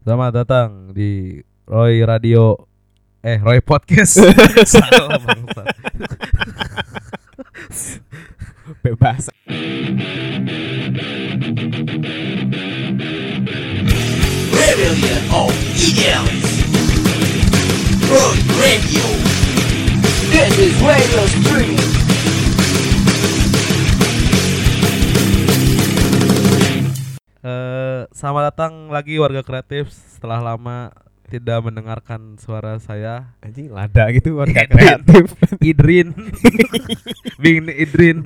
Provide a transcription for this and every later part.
Selamat datang di Roy Radio eh Roy Podcast. Salah bangsat. Bebas. Rebellion of Idiots. Road Radio. This is Radio Stream. Eh, selamat datang lagi warga kreatif setelah lama tidak mendengarkan suara saya Anjing lada gitu warga kreatif. Idrin. Bing Idrin.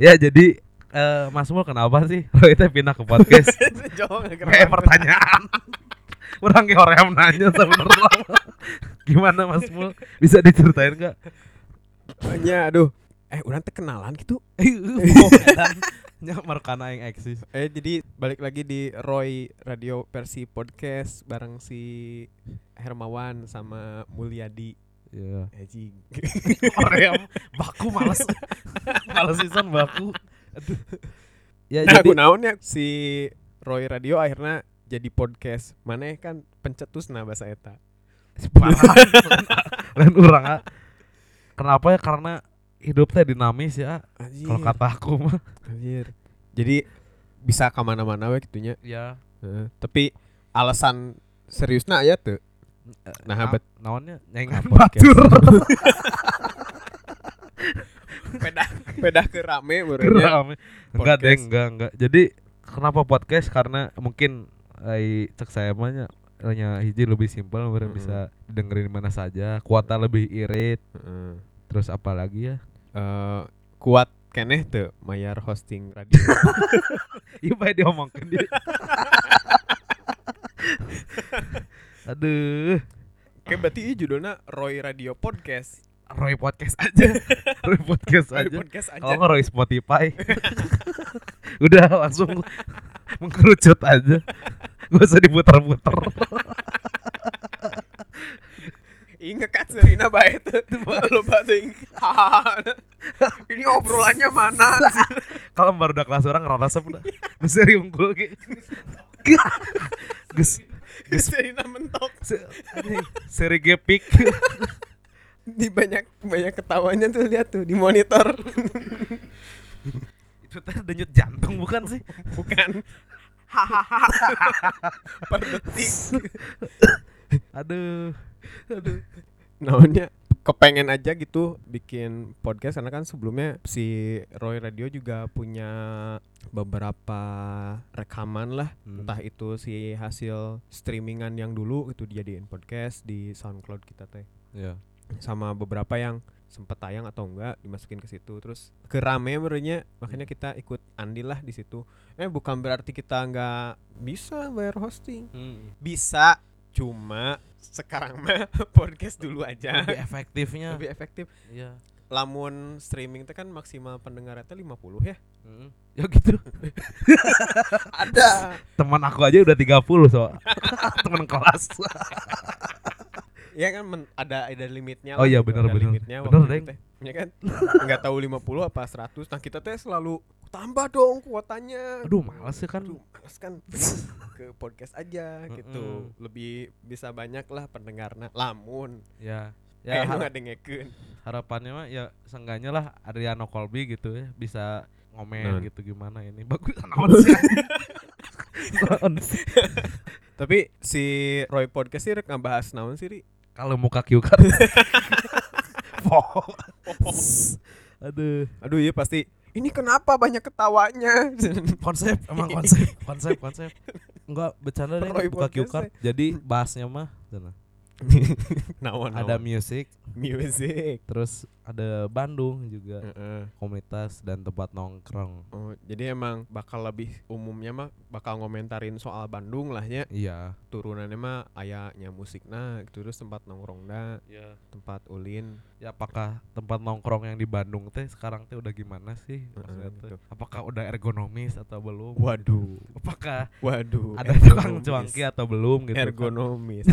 ya jadi eh, Mas Mul kenapa sih Roy teh pindah ke podcast? Kayak pertanyaan. Orang kayak orang yang nanya sebenarnya. Gimana Mas Mul? Bisa diceritain nggak? Nya aduh. Eh, orang teh kenalan gitu. Nya merkana yang eksis. Eh, jadi balik lagi di Roy Radio versi podcast bareng si Hermawan sama Mulyadi. Iya. Anjing. Koream baku males. males pisan baku. Aduh. Ya Nah, jadi aku naon ya si Roy Radio akhirnya jadi podcast. Mana kan pencetus nah bahasa eta. parah. Lain urang ah. Kenapa ya? Karena hidup teh dinamis ya. Anjir. Kalau kata aku mah. Anjir. Jadi bisa kemana-mana we gitunya. Ya. Heeh, Eh, tapi alasan seriusna ya tuh. Nah, na- abet naonnya nyengat Podcast. batur. pedah pedah ke rame barunya. Rame. Enggak Podcast. deng, enggak enggak. Jadi kenapa podcast? Karena mungkin ai cek saya mah nya nya hiji lebih simpel meureun Mm-mm. bisa dengerin mana saja. Kuota lebih irit. Heeh. Terus apa lagi ya? Eh, kuat keneh tuh mayar hosting radio. Iya bae diomongkeun dia. Aduh, Oke, berarti ini judulnya Roy Radio Podcast. Roy podcast aja. Roy podcast Roy aja. Podcast aja. Kalau nggak Roy Spotify. Udah langsung mengkerucut aja. Gak usah diputar-putar. Ih, ngekat kan, Serina ya, bae tuh. Loba tuh ing. Hahaha. Ini obrolannya mana? Kalau baru udah kelas orang ngerasa udah. Geus seri unggul ge. Geus Serina mentok. se- anjing, seri gepik. Di banyak banyak ketawanya tuh lihat tuh di monitor. Itu teh denyut jantung bukan sih? Bukan. Hahaha. Per detik. Aduh. Aduh. naonnya kepengen aja gitu bikin podcast karena kan sebelumnya si Roy Radio juga punya beberapa rekaman lah Hmm. entah itu si hasil streamingan yang dulu itu dijadiin podcast di SoundCloud kita teh Ya. sama beberapa yang sempat tayang atau enggak dimasukin ke situ terus kerame menurutnya makanya kita ikut andil lah di situ eh bukan berarti kita nggak bisa bayar hosting Hmm. bisa cuma sekarang mah podcast dulu aja Lebih efektifnya. Hmm. lebih efektif Iya. lamun streaming teh kan maksimal pendengarannya 50 ya Ya gitu. ada Teman aku aja udah 30 so. Teman kelas. ya kan men- ada ada limitnya Oh lah iya, gitu, benar, ada benar. limitnya Benar, waktu Deng. itu teh. ya kan nggak tahu 50 apa 100 nah kita teh selalu tambah dong kuotanya Aduh, males ya kan. Aduh, males kan ke podcast aja gitu Mm-mm. lebih bisa banyak lah pendengarnya lamun Ya. ya, Ya, kayak har- nggak dengekeun harapannya mah ya seenggaknya lah Adriano Colby gitu ya bisa ngomen Nah. gitu gimana ini bagus naon sih Naon sih? tapi si Roy podcast sih rek ngebahas naon sih Ri? kalau muka kiukan Poh. aduh aduh iya pasti ini kenapa banyak ketawanya konsep emang konsep konsep konsep enggak bercanda deh Roy muka Podcast kiukan jadi bahasnya mah sana. naon ada music music terus ada Bandung juga komunitas dan tempat nongkrong Oh, jadi emang bakal lebih umumnya mah bakal ngomentarin soal Bandung lah ya. iya Turunannya mah ayahnya musik nah gitu terus tempat nongkrong dah, ya tempat ulin. apakah tempat nongkrong yang di Bandung teh sekarang teh udah gimana sih maksudnya Heeh, teh? gitu. apakah udah ergonomis atau belum Waduh, apakah waduh. ada tukang ergonomis. gitu cuangki atau belum gitu kan? Ergonomis.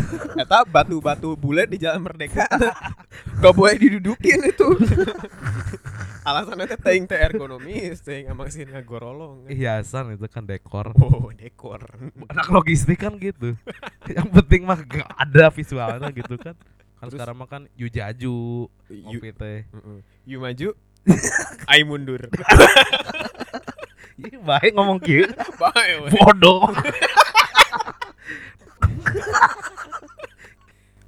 Kata batu-batu bulat di Jalan Merdeka. Gak boleh didudukin itu. Alasannya teh teuing teh ergonomis, teuing emang sini gorolong. hiasan itu kan dekor Oh, dekor. anak logistik kan gitu yang penting mah gak ada visualnya gitu kan kan Terus- sekarang mah kan jujaju Yu, kopi teh Mm-mm. Yu maju, ai mundur. Ih, baik ngomong kieu Bae we. bodoh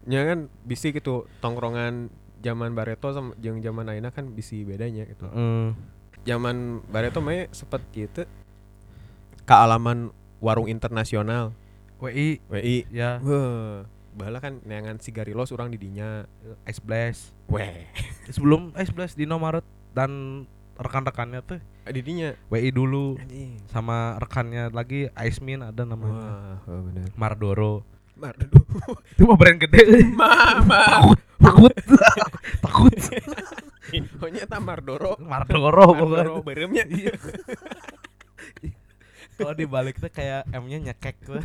Nya kan bisi gitu tongkrongan zaman Bareto sama jeung zaman Aina kan bisi bedanya gitu. Heeh. Zaman Bareto mah sempet gitu kealaman warung internasional WI WI. ya Wah, bahala kan neangan sigarilos orang di dinya. Ice Blast Weh, sebelum Ice Blast Dino Maret dan rekan-rekannya tuh eh, di dinya. WI dulu Anjing. sama rekannya lagi Icemin ada namanya Wah, oh benar. Mardoro Mar, itu mah brand gede Mama. takut takut Honya tamar doro. Mardoro Doro pokoknya beremnya. kalau dibalik tuh kayak M-nya nyekek tuh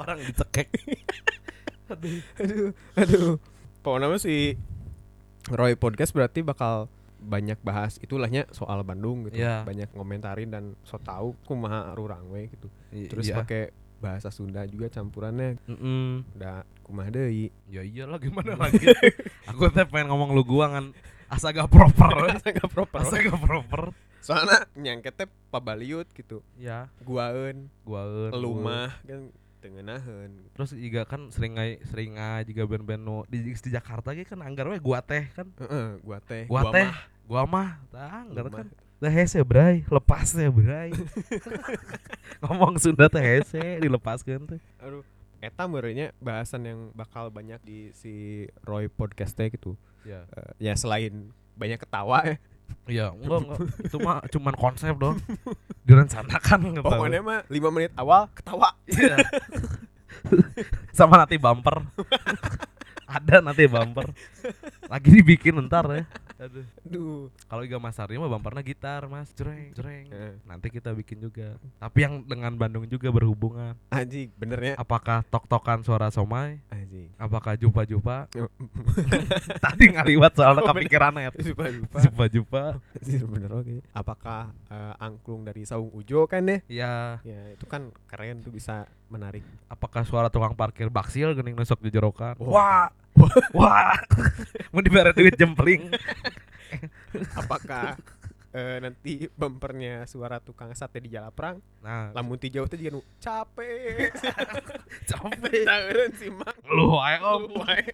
orang dicekek Aduh. aduh, aduh. Pokoknya mah si Roy podcast berarti bakal banyak bahas itulahnya soal Bandung gitu. Iya. Banyak ngomentarin dan so tau kumaha rurang we gitu. I- Terus iya. pakai bahasa Sunda juga campurannya Mm-mm. udah kumaha deui. ya iyalah gimana lagi aku teh pengen ngomong lu gua kan asa gak proper Rasa nggak proper. asa gak proper Soalnya nyangketnya pabaliut gitu. ya Guaeun, gua lumah kan tengenaheun. terus juga kan sering ngai- sering nga juga band-band nu di, di Jakarta ge kan anggar we gua teh kan Heeh, gua teh. gua, gua teh mah, gua mah tah anggar lumah. kan teh hese bray lepas teh bray ngomong Sunda teh hese dilepaskeun teh Aduh, eta meureunnya bahasan yang bakal banyak di si Roy podcast teh gitu. ya Eh, ya selain banyak ketawa ya. iya enggak enggak itu mah cuman konsep dong direncanakan gitu Pokoknya mah 5 menit awal ketawa. Iya. sama nanti bumper ada nanti bumper lagi dibikin ntar ya Aduh. Aduh. kalau Iga Mas Arya mah bumpernya gitar mas jreng jreng Eh, nanti kita bikin juga tapi yang dengan Bandung juga berhubungan anjing, benernya apakah tok-tokan suara somai anjing. apakah jumpa-jumpa tadi ngaliwat soalnya Oh, bener. kepikiran ya lupa lupa. jumpa-jumpa Anjing, bener oke. Apakah eh, angklung dari Saung Ujo kan deh? ya Ya, itu kan keren tuh bisa menarik. apakah suara tukang parkir baksil gening nusuk di jerokan Wah. wah mau dibayar duit jempling Apakah eh, nanti bumpernya suara tukang sate di Jalaprang? nah Lamun ti jauh teh juga nu capek. capek Tahunan sih mah. lu ayo om Lu wae.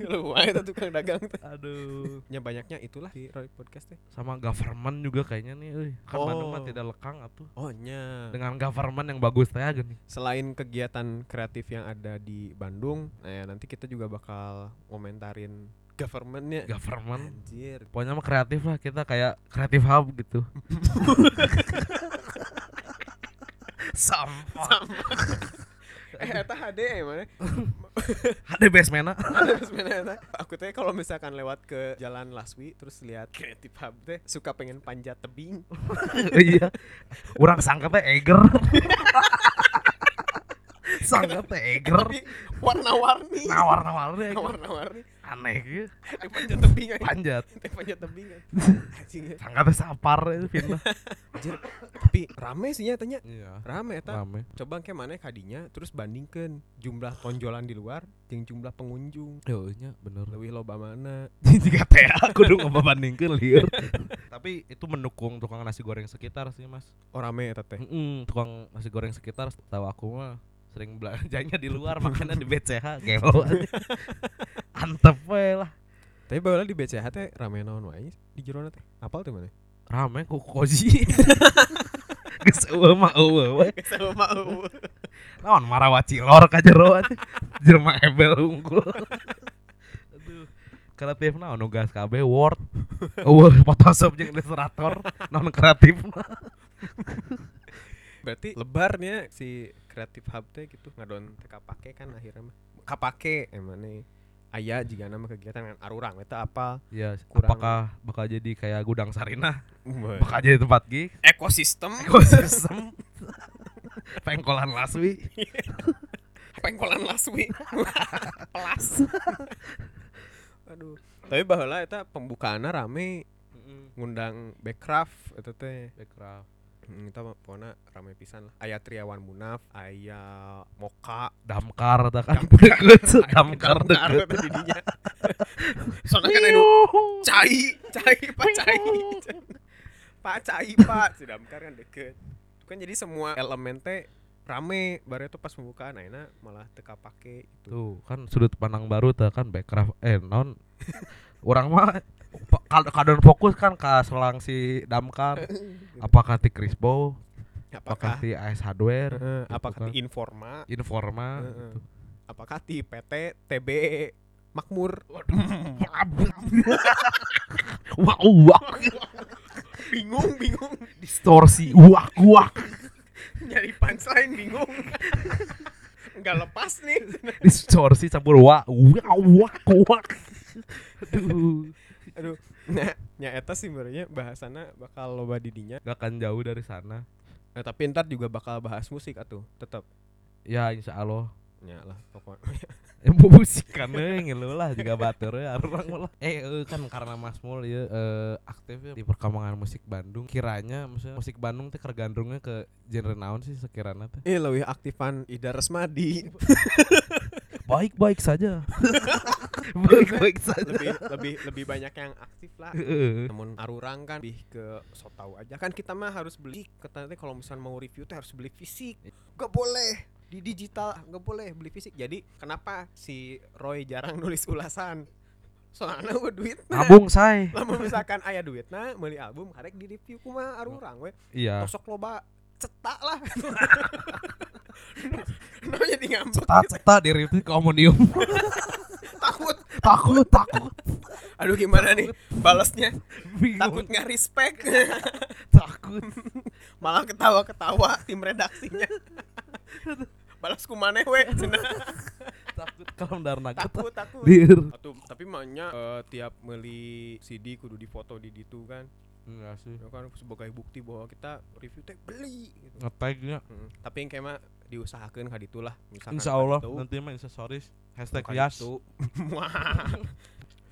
Lu wae tuh tukang dagang teh. aduh Ya banyaknya itulah di Roy Podcast teh. sama government juga kayaknya nih euy. kan Bandung mah Oh. tidak lekang atuh Oh nya. dengan government yang bagus teh gini Selain kegiatan kreatif yang ada di Bandung, nah ya nanti kita juga bakal komentarin governmentnya. government Anjir. pokoknya mah kreatif lah kita kayak kreatif hub gitu sampah Eh eta HD ya mana? ada basemana Ada sebenarnya eta. Aku teh kalau misalkan lewat ke Jalan Laswi terus lihat Creative Hub teh suka pengen panjat tebing. iya orang sangka teh eger sangka teh eger Tapi warna-warni. nawar-nawarnya eger. Warna-warni. aneh gitu Eh, Panjat tebing aja. panjat Teh panjat tebing aja. Anjing ya. sangka teh sapar itu pindah Anjir. Tapi rame sih nyatanya. iya Rame eta. rame coba kayak mana kadinya terus bandingkan jumlah tonjolan di luar jeung jumlah pengunjung Deunya iya, bener lebih loba mana Jika teh aku dong ngebandingkeun liur. Tapi itu mendukung tukang nasi goreng sekitar sih, Mas. orang me Oh, eta Hmm. teh Mm-mm, tukang nasi goreng sekitar tahu aku mah sering belanjanya di luar makannya di BCH gelo aja. Antep we lah. tapi baheula di BCH teh rame naon wae di jero teh apal tuh mana Rame ku koji. Geus eueuh mah eueuh we. sama mau Naon marawaci lor ka jero aja. Jelema ebel unggul. Aduh. Kreatif naon nu gas KB Word. Eueuh Photoshop jeung Illustrator naon kreatif. berarti lebarnya si kreatif hub teh gitu ngadon teh kapake kan akhirnya mah kapake emane aya jiga nama kegiatan kan arurang eta apal Ya, Kurang- apakah bakal jadi kayak gudang Sarina? Wah. Bakal jadi tempat gig? ekosistem Ekosistem. Pengkolan Laswi. pengkolan laswi pelas aduh tapi baheula eta pembukaannya rame ngundang backcraft eta teh background Hmm, Eta mah pokoknya rame pisan lah Ayah Triawan Munaf Ayah Moka damkar tah kan deket damkar deket teh di dinya. Soalnya kan anu cai cai pak cai pak cai pak si damkar kan deket itu kan jadi semua elemen teh rame bare tuh pas pembukaan akhirnya malah teka pake itu tuh kan sudut pandang baru teh kan backcraft eh non orang mah pa- kad- kadon fokus kan ke selang si damkar apakah ti Crispo apakah apakah ti AS Hardware eh, gitu apakah kan. di informa Informa Heeh. apakah di PT TB Makmur wah wah bingung bingung distorsi wah wah nyari punchline bingung nggak lepas nih distorsi campur wah wah wah wah Aduh, aduh nah nya eta sih sebenarnya bahasana bakal loba di dinya gak akan jauh dari sana. nah, tapi ntar juga bakal bahas musik atuh tetap Ya insya Allah. nya lah pokoknya Embo musikan euy ngilu eh, lah juga batur ya orang lah. Eh eh, kan karena Mas Mul ieu eh, aktif ya di perkembangan musik Bandung. Kiranya maksudnya musik Bandung teh kergandrungnya ke genre naon sih sekiranya teh? eh lebih aktifan Ida Resmadi Baik-baik saja. Baik-baik saja. lebih lebih lebih banyak yang aktif lah Heeh. namun arurang kan lebih ke so tau aja kan kita mah harus beli katanya kalau misalnya mau review tuh harus beli fisik gak boleh di digital gak boleh beli fisik jadi kenapa si Roy jarang nulis ulasan soalnya gue duit Nabung say. Lamun misalkan aya duit nah beli album karek di review kumaha arurang we Iya. tosok loba cetak lah no jadi ngambek Tata diri itu komunium. takut takut takut. aduh gimana nih balasnya takut Bingung. nggak respect Takut. malah ketawa ketawa tim redaksinya balas kumane we cenah. Takut kalau darna takut takut Dir. Atuh, tapi maknya tiap beli CD kudu difoto di ditu kan Enggak sih. ya kan sebagai bukti bahwa kita review teh beli gitu. Ngetagnya Mm, tapi yang kayak mah diusahakan kan itulah misalkan Insya Allah kaditu, nanti mah Insta Stories hashtag kaditu. Yas. Wah.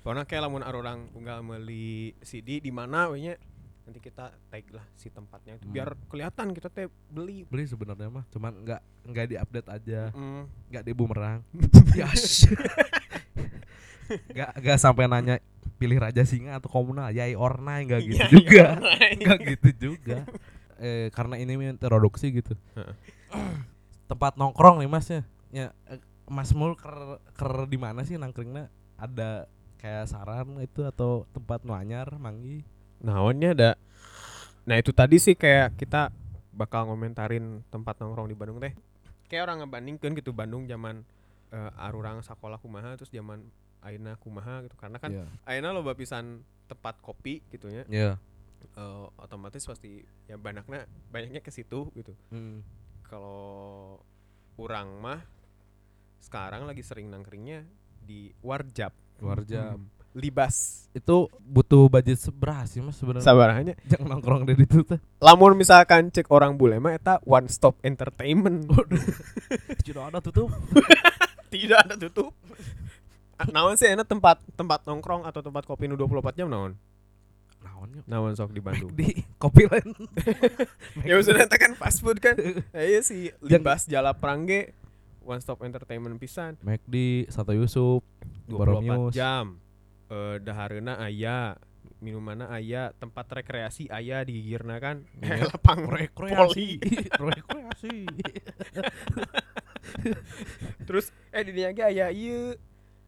Pokoknya kayak lamun orang unggal meli CD di mana we nya nanti kita tag lah si tempatnya itu Hmm. biar kelihatan kita teh beli Beli sebenarnya mah, cuman nggak nggak diupdate aja, Mm. nggak di bumerang. Nah. Yas. Nggak nggak sampai nanya pilih raja singa atau komunal, yai orna nggak gitu Iya, juga, iya, iya. nggak gitu juga. Eh karena ini mah introduksi gitu. Heeh. Tempat nongkrong nih masnya. Ya eh, Mas Mul ker, ker di mana sih nangkringnya? Ada kayak saran itu atau tempat nuanyar manggi? Naonnya ada Nah itu tadi sih kayak kita bakal ngomentarin tempat nongkrong di Bandung teh Kayak orang ngebandingkan gitu Bandung zaman eh, arurang sekolah kumaha terus zaman Aina kumaha gitu Karena kan Iya. Aina loba pisan tempat kopi gitu ya Iya. Eh, Otomatis pasti ya banyaknya banyaknya ke situ gitu Hmm. Kalau orang mah sekarang lagi sering nangkringnya di Warjab Warjab. Libas itu butuh budget seberapa sih mas sebenarnya Sabar hanya jangan nongkrong dari itu teh Lamun misalkan cek orang bule mah eta one stop entertainment. waduh tidak ada tutup Tidak ada tutup. Ah, naon sih enak tempat tempat nongkrong atau tempat kopi nu 24 jam naon? naonnya Naon sok di Bandung. di kopi lain ya maksudnya eta kan fast food kan. Ya iya sih Libas Jala Prangge one stop entertainment pisan McD Santo Yusuf 24 Baromius jam. Eh dahareuna aya, minumana aya, tempat rekreasi aya di Girna kan. Iya. Lapang rekreasi rekreasi Terus eh di dinya ge aya ieu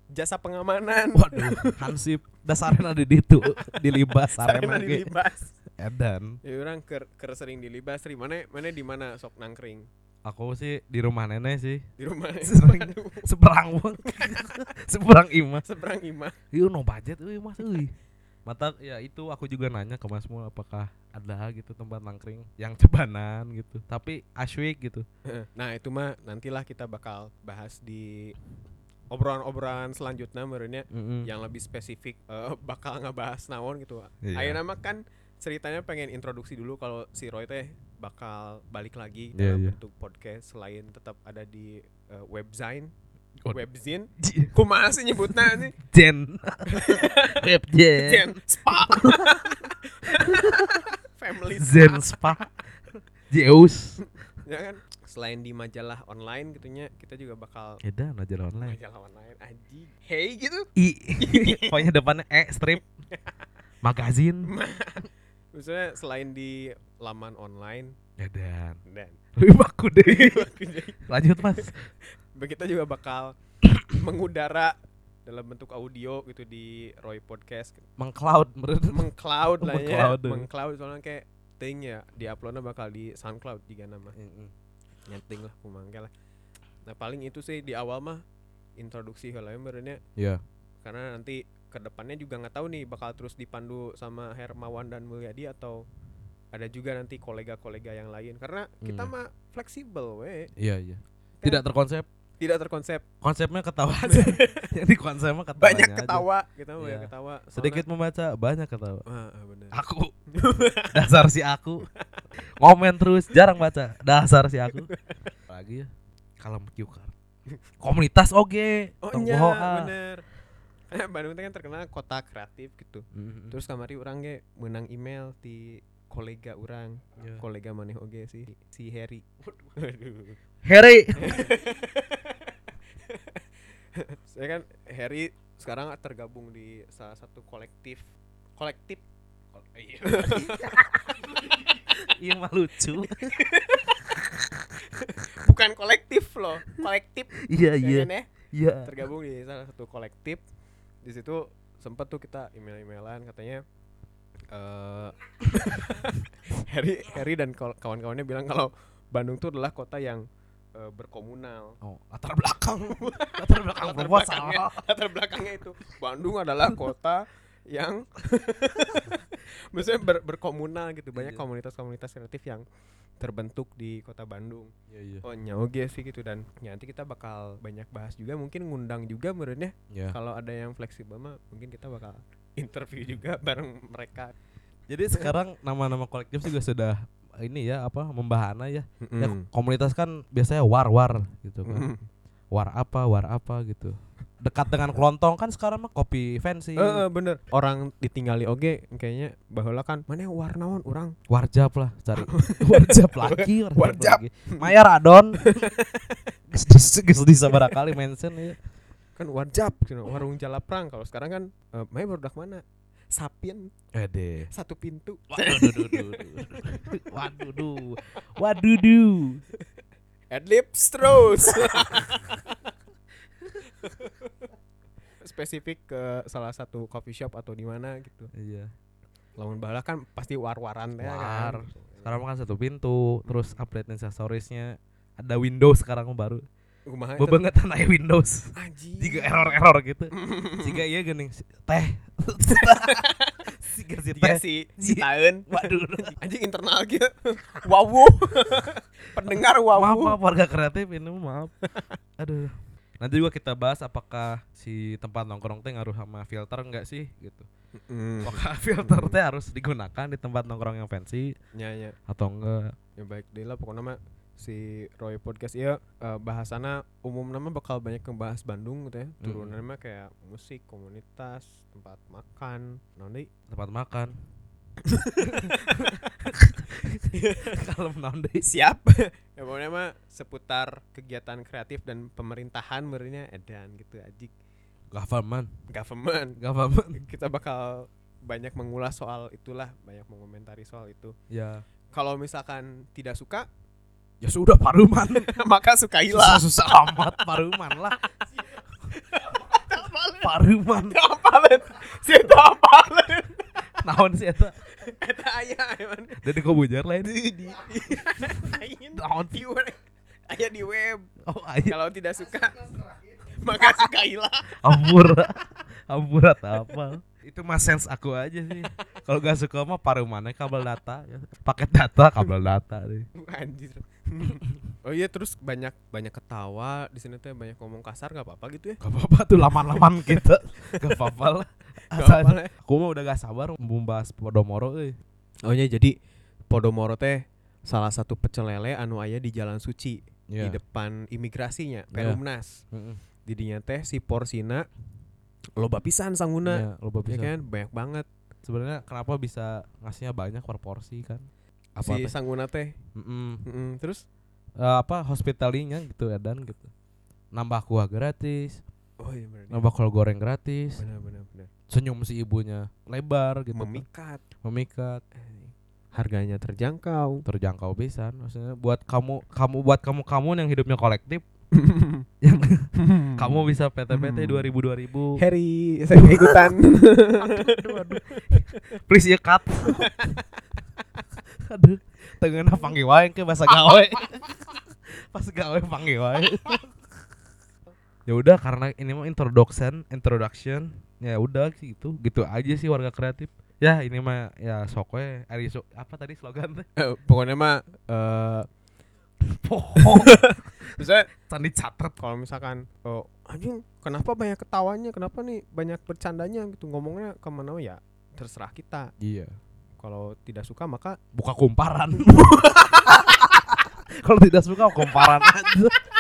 jasa pengamanan. waduh hansip dasarnya ada di itu di libas sarema Sarena di ge Libas. edan Ya orang ker, ker sering dilibas Tri mana mana di mana sok nangkring aku sih di rumah nenek sih di rumah Sering. Aduh, seberang weng seberang imas seberang imah Iya no budget euy Mas iya. euy. Mata ya itu aku juga nanya ke Mas Mul apakah ada gitu tempat nangkring yang cebanan gitu. Tapi aswik gitu. nah itu mah nantilah kita bakal bahas di obrolan-obrolan selanjutnya merenya Mm-mm. yang lebih spesifik eh, bakal ngebahas naon gitu Iya. ayeuna mah kan ceritanya pengen introduksi dulu kalau si Roy teh bakal balik lagi Iya, dalam iya. bentuk podcast selain tetap ada di eh, webzine, Oh. webzine. Kumaha sih nyebutnya nih? Jen. Web Jen. Jen, spa. Family spa. Zen Spa. Zeus. Ya kan? Selain di majalah online gitunya, kita juga bakal Edan aja online. majalah online anjing. Hey gitu. I. Pokoknya depannya E strip. Magazine. Maksudnya selain di laman online Edan. dan Lu baku deh. Lanjut mas. kita juga bakal mengudara dalam bentuk audio gitu di Roy Podcast Mengcloud menurut. mengcloud lah ya Mengcloud. eh. mengcloud soalnya kayak ting ya di uploadnya bakal di SoundCloud jika nama nyenting lah kumangke lah nah paling itu sih di awal mah introduksi heula sebenarnya Iya. karena nanti kedepannya juga nggak tahu nih bakal terus dipandu sama Hermawan dan Mulyadi atau ada juga nanti kolega-kolega yang lain karena kita Hmm. mah fleksibel we Iya iya. Tidak terkonsep. tidak terkonsep Konsepnya ketawa aja. Jadi konsepnya ketawa. banyak ketawa kita mah banyak Iya. ketawa Soalnya- Sedikit membaca banyak ketawa. ah, ah, bener. Aku. Dasar si aku. Ngomen terus jarang baca. Dasar si aku. Lagi ya. Kalem Q card. Komunitas oge. oh Tong iya boho, ah. bener Karena Bandung teh kan terkenal kota kreatif gitu Mm-mm. terus kamari orang ge menang email di kolega orang Iya. kolega maneh oge sih si Harry waduh Harry. saya kan Harry sekarang tergabung di salah satu kolektif kolektif Iya mah lucu. bukan kolektif loh kolektif Iya ya iya. kan ya? Iya. tergabung di salah satu kolektif di situ sempet tuh kita email-emailan katanya eh Harry Harry dan kol- kawan-kawannya bilang kalau Bandung tuh adalah kota yang eh, berkomunal Oh, latar belakang. latar belakang Latar proposal. belakangnya- latar belakangnya itu Bandung adalah kota yang maksudnya ber- berkomunal gitu banyak Iya. komunitas-komunitas kreatif yang terbentuk di kota Bandung Iya iya. oh nyaoge sih gitu dan ya, nanti kita bakal banyak bahas juga mungkin ngundang juga menurutnya Iya. kalau ada yang fleksibel mah mungkin kita bakal interview juga bareng mereka Jadi sekarang nama-nama kolektif juga sudah ini ya apa membahana ya. Ya, Hmm. komunitas kan biasanya war-war gitu kan. Mm. War apa, war apa gitu. Dekat dengan kelontong kan sekarang mah kopi fancy, Eh, eh, bener orang ditinggali oge kayaknya bahwa kan mana warnawan orang warjab lah cari. warjab lagi, Warjap. lagi. Maya Radon. Geus di sabaraha kali mention ya. kan warjap gitu, Iya. warung jalaprang kalau sekarang kan eh, mana produk mana sapien Ede. satu pintu Waduh, duh, duh, duh. waduh, duh. waduh, duh. adlibs terus spesifik ke salah satu coffee shop atau di mana gitu Iya. lamun bala kan pasti war-waran ya War. kan Sekarang mah kan satu pintu, terus update aksesorisnya ada Windows sekarang mah baru. Kumaha itu? Bebengetan aya Windows. Anjing. jika error-error gitu jika iya gini teh jika si Iya teh sih, Si- tahun waduh anjing internal gitu. Wawu. Pendengar maaf wawu. maaf warga kreatif ini maaf aduh nanti juga kita bahas apakah si tempat nongkrong teh ngaruh sama filter enggak sih gitu Mm. apakah filter teh harus digunakan di tempat nongkrong yang fancy Ya ya. atau enggak Ya baik deh lah pokoknya mah si Roy podcast ya eh, bahasana umum nama bakal banyak ngebahas Bandung gitu ya. Turunannya mah kayak musik, komunitas, tempat makan, nanti tempat makan kalau nanti siap. ya pokoknya mah seputar kegiatan kreatif dan pemerintahan merinya edan gitu ajik government government. government Kita bakal banyak mengulas soal itulah, banyak mengomentari soal itu. ya kalau misalkan tidak suka ya sudah paruman maka sukailah susah amat paruman lah paruman apalin situ apalin naon sih eta eta aya emang jadi kau bujar lain di lain di web aya di web oh aja kalau tidak suka maka sukailah ampura ampura tak apa itu mah sense aku aja sih kalau gak suka mah parumannya kabel data ya. paket data kabel data deh anjir oh iya terus banyak banyak ketawa di sini tuh banyak ngomong kasar nggak apa-apa gitu ya gak apa-apa tuh laman-laman kita gak apa-apa lah Nggak apa-apa ya. Asal- aku mah udah gak sabar membahas Podomoro eh. euy Oh ya jadi Podomoro teh salah satu pecel lele anu aya di Jalan Suci di Iya. depan imigrasinya Iya. Perumnas. Heeh. Didinya teh si porsina loba pisan sangguna. Iya, loba Ya pisan. kan banyak banget Sebenarnya kenapa bisa ngasihnya banyak per porsi kan? Apa si teh? sangguna teh. Mm-mm. Mm-mm. Terus Eh, apa hospitalinya gitu edan gitu. Nambah kuah gratis, oh iya benar. nambah kol goreng gratis, Benar benar benar. senyum si ibunya lebar gitu. kan. Memikat. Memikat, Harganya terjangkau. terjangkau pisan maksudnya buat kamu kamu buat kamu kamu yang hidupnya kolektif yang kamu bisa PT-PT 2000 Hmm. 2000 Harry saya ikutan. please ya cut aduh tengena panggil wae ke bahasa gawe pas gawe panggil wae ya udah karena ini mah introduction introduction ya udah sih gitu gitu aja sih warga kreatif ya ini mah ya sok we ari sok- apa tadi slogan teh Pokoknya mah eh poho misalnya tadi catet kalau misalkan oh, anjing kenapa banyak ketawanya kenapa nih banyak bercandanya gitu ngomongnya kemana ya terserah kita iya kalau tidak suka maka buka kumparan kalau tidak suka kumparan aja